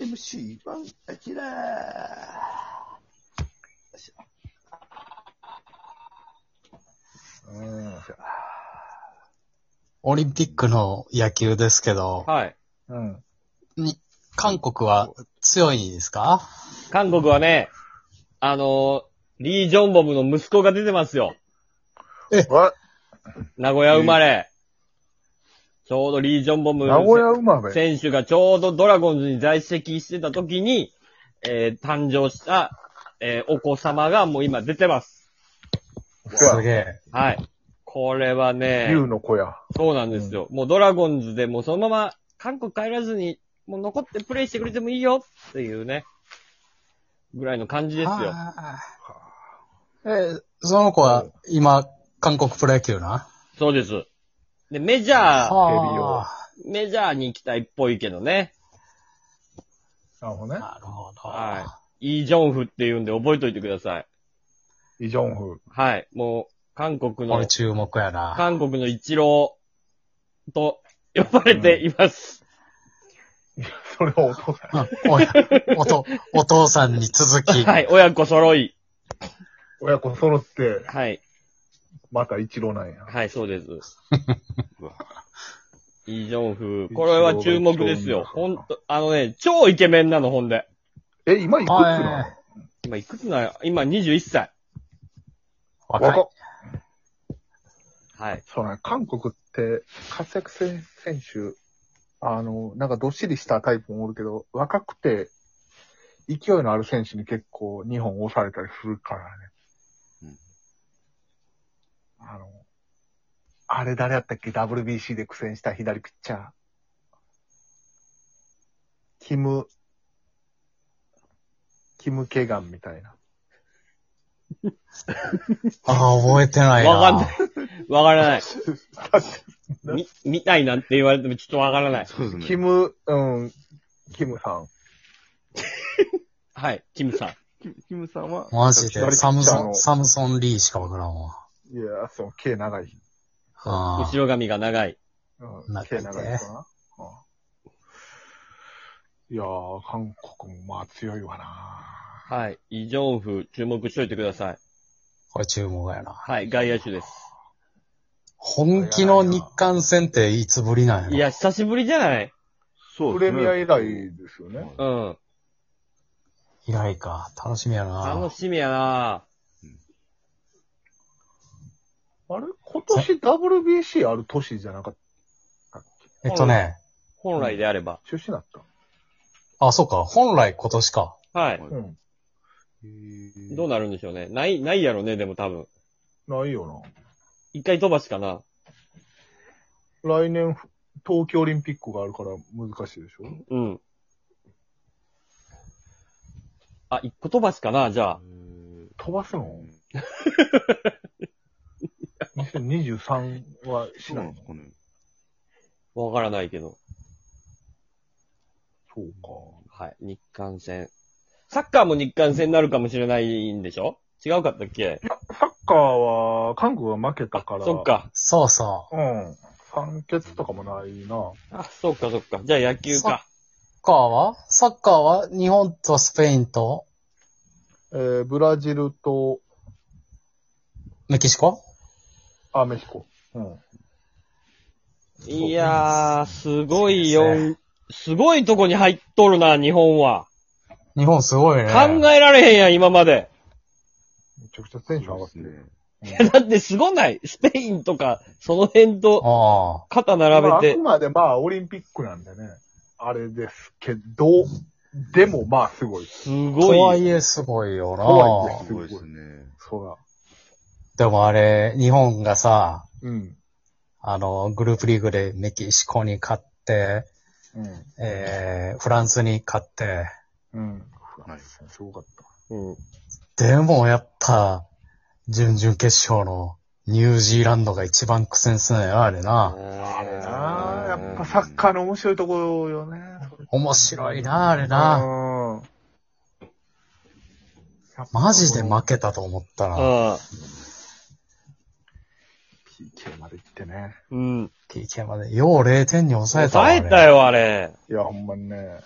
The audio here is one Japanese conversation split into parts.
MC バンアキラーうん。オリンピックの野球ですけど、はい。うん。韓国は強いですか韓国はね、あのーリー・ジョンボムの息子が出てますよ。わ、名古屋生まれ。ちょうどリー・ジョンボム名古屋生まれ。選手がちょうどドラゴンズに在籍してた時に、えー誕生した、えーお子様がもう今出てます。すげえ。はい。これはね、竜の子や。そうなんですよ。もうドラゴンズでもうそのまま韓国帰らずに、もう残ってプレイしてくれてもいいよっていうね、ぐらいの感じですよ。あーえ、その子は今、韓国プロ野球なそうです。で、メジャー、はメジャーに行きたいっぽいけどね。なるほどあね。なるほど。はい。イ・ジョンフっていうんで覚えといてください。イ・ジョンフ。はい。もう、韓国このれ、注目やな。 韓国の一郎と呼ばれています。それをお父さん。うんおやおと、お父さんに続き。はい。親子揃い。親子揃って、はい。また一郎なんや。はい、そうですうわ。イ・ジョンフ。これは注目ですイチロよ。ーがほ一郎んと、あのね、超イケメンなの、ほんで。え、今いくつなのはい今いくつなの今21歳。若い若っ。はい。そうね、韓国って活躍選手、あの、なんかどっしりしたタイプもおるけど、若くて、勢いのある選手に結構日本押されたりするからね。うんあの、あれ誰やったっけ ?WBC で苦戦した左ピッチャー。キム、キム・ケガンみたいな。ああ、覚えてないな。わかんない。 わからない。なみ、みたいなんて言われてもちょっとわからない。そうです キね。ム、うん、キムさん。はい、キムさん。キキムさんは、マジ左ピで、ッチャサーのムソン、サムソンリーしかわからんわ。いや、そう、毛長い。あ後ろ髪が長い。うんなっ毛て長ねいかな。うんいやー、韓国もまあ強いわなはい。イ・ジョンフ、注目しといてください。これ注目やな。はい、外野手です。本気の日韓戦っていつぶりなんやろいや、久しぶりじゃないそプうレですね。ミア以来ですよね。うん。以来か。楽しみやな楽。しみやなあれ今年 WBC ある年じゃなかっえっとね。本来であれば。た中止になっあ、そうか。本来今年か。はい。たうん。どうなるんでしょうね。ない、ないやろね、でも多分。ないよ一回飛ばしかな。な。来年、東京オリンピックがあるから難しいでしょうん。あ、一個飛ばしかな、じゃあ。飛ばすの ?2023 はししなないのいんですかね。わからないけど。そうか。はい。日韓戦。サッカーも日韓戦になるかもしれないんでしょ違うかったっけサッカーは、韓国が負けたから。そっ。か。そうそうん。酸欠とかもないな。あ、そっかそっか。じゃあ野球か。う。サッカーはサッカーは日本とスペインとえー、ブラジルと、メキシコあ、メキシコ。うん。いやー、すごいそうですよ。すごいとこに入っとるな、日本は。日本すごいね。考えられへんやん、今まで。 めちゃくちゃテンション上そがうっでてする。ね。だってすごない。スペインとか、その辺とあ肩ま並あ、あべてく。までまあ、オリンピックなんでね。あれですけど、でもまあ、すごい。すあ。とご。はいいえすごいよとはいなえ。すごいですね。そら。でもあれ、日本がさ、うん。あの、グループリーグでメキシコに勝って、うん。えー、フランスに勝って、うん。はいすごかった。うんでもやっぱ、準々決勝のニュージーランドが一番苦戦するんやな、あれな。あれなあやっぱサッカーの面白いところよね。面白いな、あれな。うん。やっぱマジで負けたと思ったら、 PK まで行ってね。うん。うん。 PK まで、よう0点に抑えたわ。抑えたよ、あれ。いや、ほんまにね。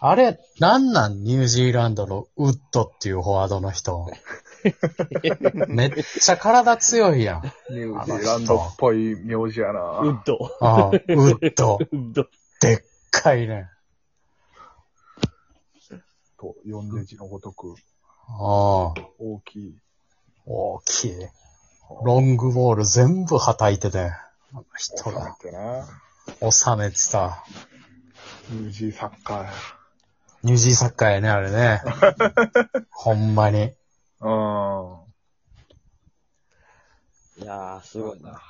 あれ、なんなんニュージーランドのウッドっていうフォワードの 人。めっちゃ体強いやん。ニュージーランドっぽい名字やウッな。ド。ああウッド。ウッド。でっかいね。と、四デジのごとくああ、大きい。大きい。ロングボール全部はたいてて、あの人そうだがってな。収めてた。ニュージーサッカーや。ニュージーサッカーやね、あれ ね。ほんまに。うん。いやー、すごいな。いや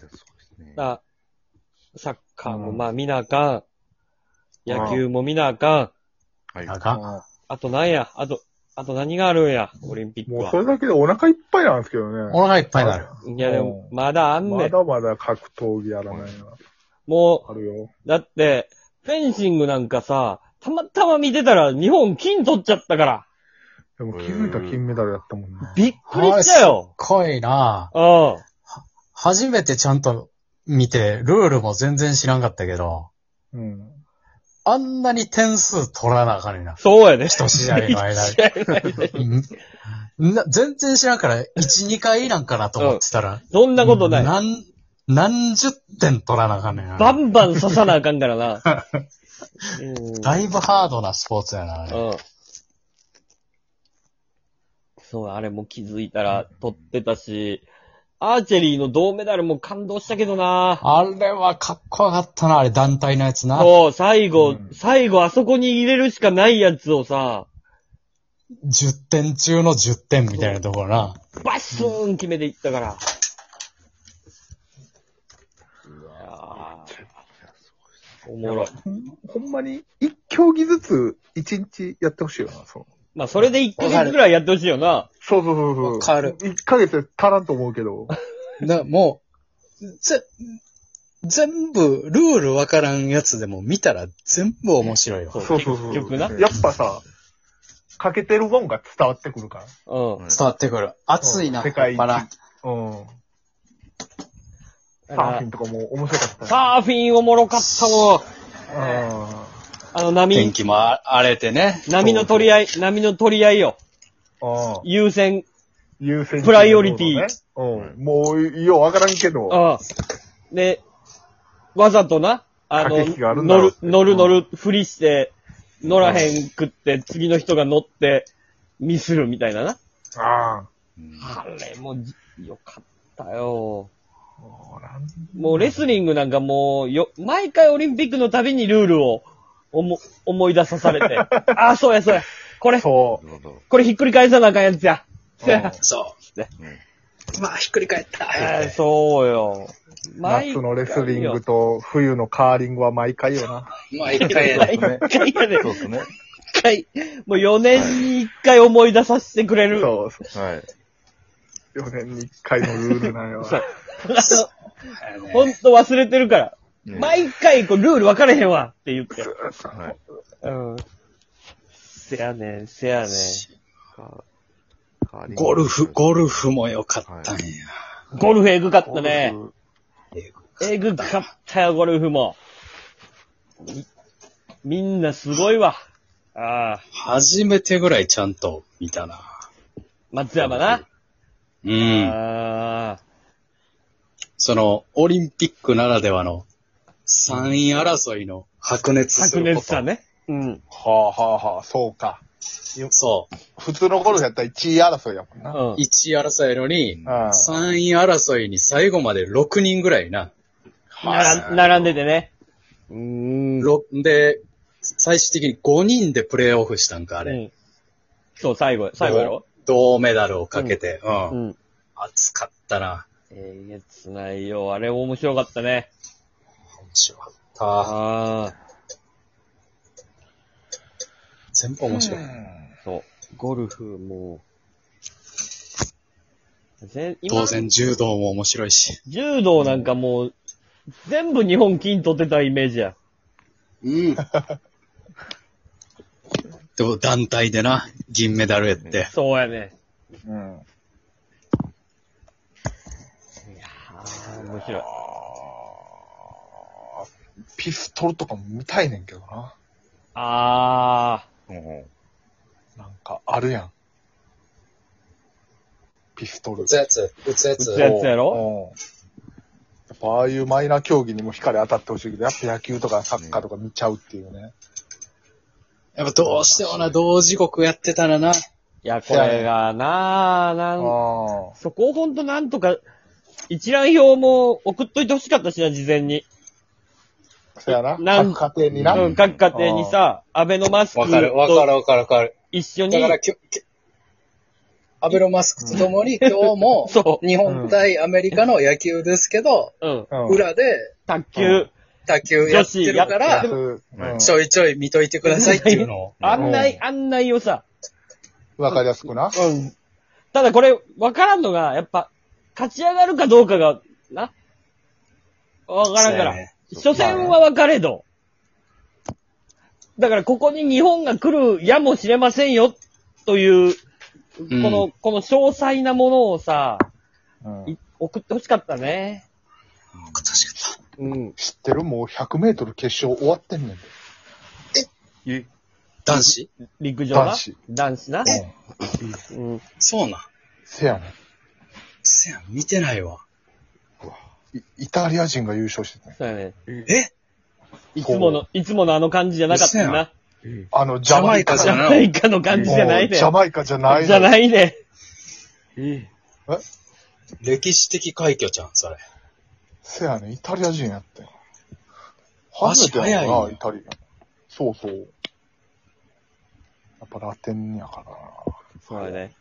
そうですね。だサッカーもうんまあ見なあかん。うん野球も見なあかん。はい。あかん。あとなんや、あと、あと何があるんや、オリンピックもうはそ。れだけでお腹いっぱいなんですけどね。お腹いっぱいになる。いやでも、まだあんねまん。だまだ格闘技やらないな。もあるよ。う、だって、フェンシングなんかさ、たまたま見てたら日本金取っちゃったから、でも気づいた金メダルやったもんね。びっくりしたよ。濃いなうん。初めてちゃんと見て、ルールも全然知らんかったけど、うん。あんなに点数取らなあかんねんな。そうやね。一試合の間に一試合の間にうんな全然知らんから、1、2回なんかなと思ってたら、 そんなことない。何、何十点取らなあかんねんな。バンバン刺さなあかんからな。うんだいぶハードなスポーツやな、あれ。うん。そう、あれも気づいたら取ってたし、アーチェリーの銅メダルも感動したけどな。あれはかっこよかったな、あれ団体のやつな。そう、最後、うん最後あそこに入れるしかないやつをさ、 10点中の10点みたいなところな。バッシューン決めていったから。いやーおもろい。ほんまに、一競技ずつ、一日やってほしいよな、そう。まあ、それで1ヶ月ぐらいやってほしいよな。そうそうそうそう。わかる。一ヶ月で足らんと思うけど。な、もう、ぜ、全部、ルールわからんやつでも見たら全部面白いわ。そうそうそうそう。結局なやっぱさ、かけてるもんが伝わってくるから。うん。うん伝わってくる。熱いな、世界一やっぱなうん。サーだかフィンとかも面白かっらたサーフィンおもろかったもん。よ。あの波天、気も荒れてね。波の取り合い、波の取り合いよ。うん。うん。優先。優先プライオリティうん。もう、ようわからんけど。ああ。で、わざとな、あの、駆け引きがあるんだ乗ろうるって、乗る乗る、ふりして、乗らへんくって、次の人が乗って、ミスるみたいなな。ああれもじ、よかったよ。あ。もうなんもうレスリングなんかもう、よ、毎回オリンピックのたびにルールを、思、思い出さ されて。ああ、そうやそうや。これ、そう。なるほど。これひっくり返さなあかんやつや。そうや。そね う。まあ、ひっくり返った。ああそうよ。毎夏回のレスリングよ。と冬のカーリングは毎回よな。まあ、一回毎回やで。そうですね。一回、もう4年に1回思い出させてくれる。そう。はい。 4年に1回のルールなんよそうほんと忘れてるから。ね毎回、こう、ルール分かれへんわって言って。はい。うん。せやねん、せやねかカーリン グゴルフ、ゴルフも良かったんや。ん。ゴルフエグかったね。エグかったよ、ゴルフも。み、みんなすごいわ。ああ、初めてぐらいちゃんと見たな。松山な。う。うんああ、その、オリンピックならではの、3位争いの白熱す白るこ熱と。さね。うん。はあはあはあ、そうか。そ普通のゴルフやったら1位争いやもんうな。う。ん。 1位争いやのに、あ3位争いに最後まで6人ぐらいな。なら並んでてね。うーん。ろで、最終的に5人でプレーオフしたんか、あうれ。ん。そう、最後、最後やろ銅メダルをかけて。う。うんん。熱かったな。えげつないよ。あれ面白かったね。面白かった。ああ。全部面白い。そう。ゴルフもう。ぜ今当、然柔道も面白いし。柔道なんかもう、全部日本金取ってたイメージや。うん。 でも団体でな、銀メダルやって。そうやね。うん。あああ、面白い。ーピストルとかも見たいねんけどな。あうん。なんか、あるやん。ピストル。打つやつ、打つや打つ。つやつやろうんやっぱ、ああいうマイナー競技にも光当たってほしいけど、やっぱ野球とかサッカーとか見ちゃうっていうね。やっぱどうしてもな、同時刻やってたらな。いや、これがなあなああんそこをほんとなんとか、一覧表も送っといてほしかったしな、事前に。そやな。なん各家庭にな。ううんん、各家庭にさ、アベノマスクわかる、わかとる、わかる、わかる。一緒にだ、からきょ、きょアベロマスクとともに、今日も、そ日本対アメリカの野球ですけど、う、うん、うん裏で卓球。卓球やってるかやら、るうんちょいちょい見といてくださいっていうのを。案内、う案内をさ、うんわかりやすくな。うん。ただこれ、わからんのが、やっぱ、勝ち上がるかどうかが、な。わからんから。そうやね初戦は分かれど。だからここに日本が来るやもしれませんよ、という、こんの、この詳細なものをさ、うんい送ってほしかったね。確かうん。知ってるもう100メートル決勝終わってんねんで。え、に。男子陸上な。男子。男子な。うん。そうなん。せやねせやん、見てないわ。ん。いイタリア人が優勝してたね。そうやね。えいつもの、いつものあの感じじゃなかっ嘘たやな。あの、ジャマイカジジャャマイマイカの感じじゃないもうね。ジャマイカじゃない。じゃないね。歴史的快挙じゃん、それ。せやねん、イタリア人やってん。初足めてやろ速な、いイタリア。そうそう。やっぱラテンやからな。そうやね。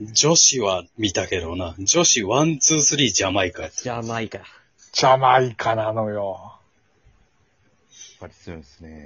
女子は見たけどな。女子ワン、ツー、スリー、ジャマイカやった。ジャマイカ。ジャマイカなのよ。やっぱり強いですね。